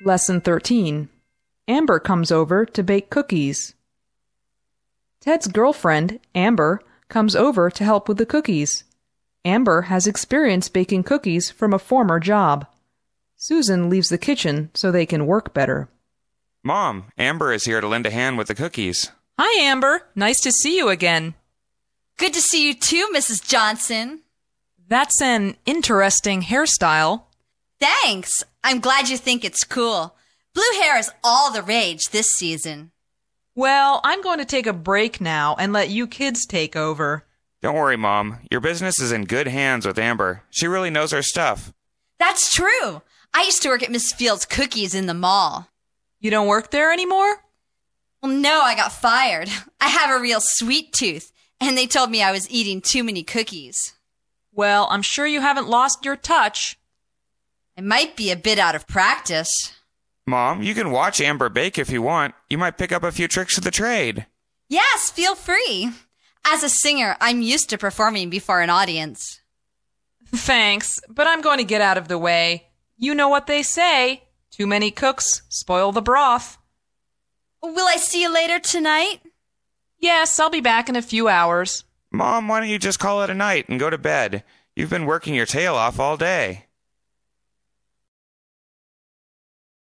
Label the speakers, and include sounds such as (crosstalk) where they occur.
Speaker 1: Lesson 13 Amber comes over to bake cookies. Ted's girlfriend, Amber, comes over to help with the cookies. Amber has experience baking cookies from a former job. Susan leaves the kitchen so they can work better.
Speaker 2: Mom, Amber is here to lend a hand with the cookies.
Speaker 1: Hi, Amber. Nice to see you again.
Speaker 3: Good to see you too, Mrs. Johnson.
Speaker 1: That's an interesting hairstyle.
Speaker 3: Thanks. I'm glad you think it's cool. Blue hair is all the rage this season.
Speaker 1: Well, I'm going to take a break now and let you kids take over.
Speaker 2: Don't worry, Mom. Your business is in good hands with Amber. She really knows her stuff.
Speaker 3: That's true. I used to work at Miss Fields Cookies in the mall.
Speaker 1: You don't work there anymore?
Speaker 3: Well, no, I got fired. (laughs) I have a real sweet tooth, and they told me I was eating too many cookies.
Speaker 1: Well, I'm sure you haven't lost your touch.
Speaker 3: I might be a bit out of practice.
Speaker 2: Mom, you can watch Amber bake if you want. You might pick up a few tricks of the trade.
Speaker 3: Yes, feel free. As a singer, I'm used to performing before an audience.
Speaker 1: Thanks, but I'm going to get out of the way. You know what they say too many cooks spoil the broth.
Speaker 3: Will I see you later tonight?
Speaker 1: Yes, I'll be back in a few hours.
Speaker 2: Mom, why don't you just call it a night and go to bed? You've been working your tail off all day.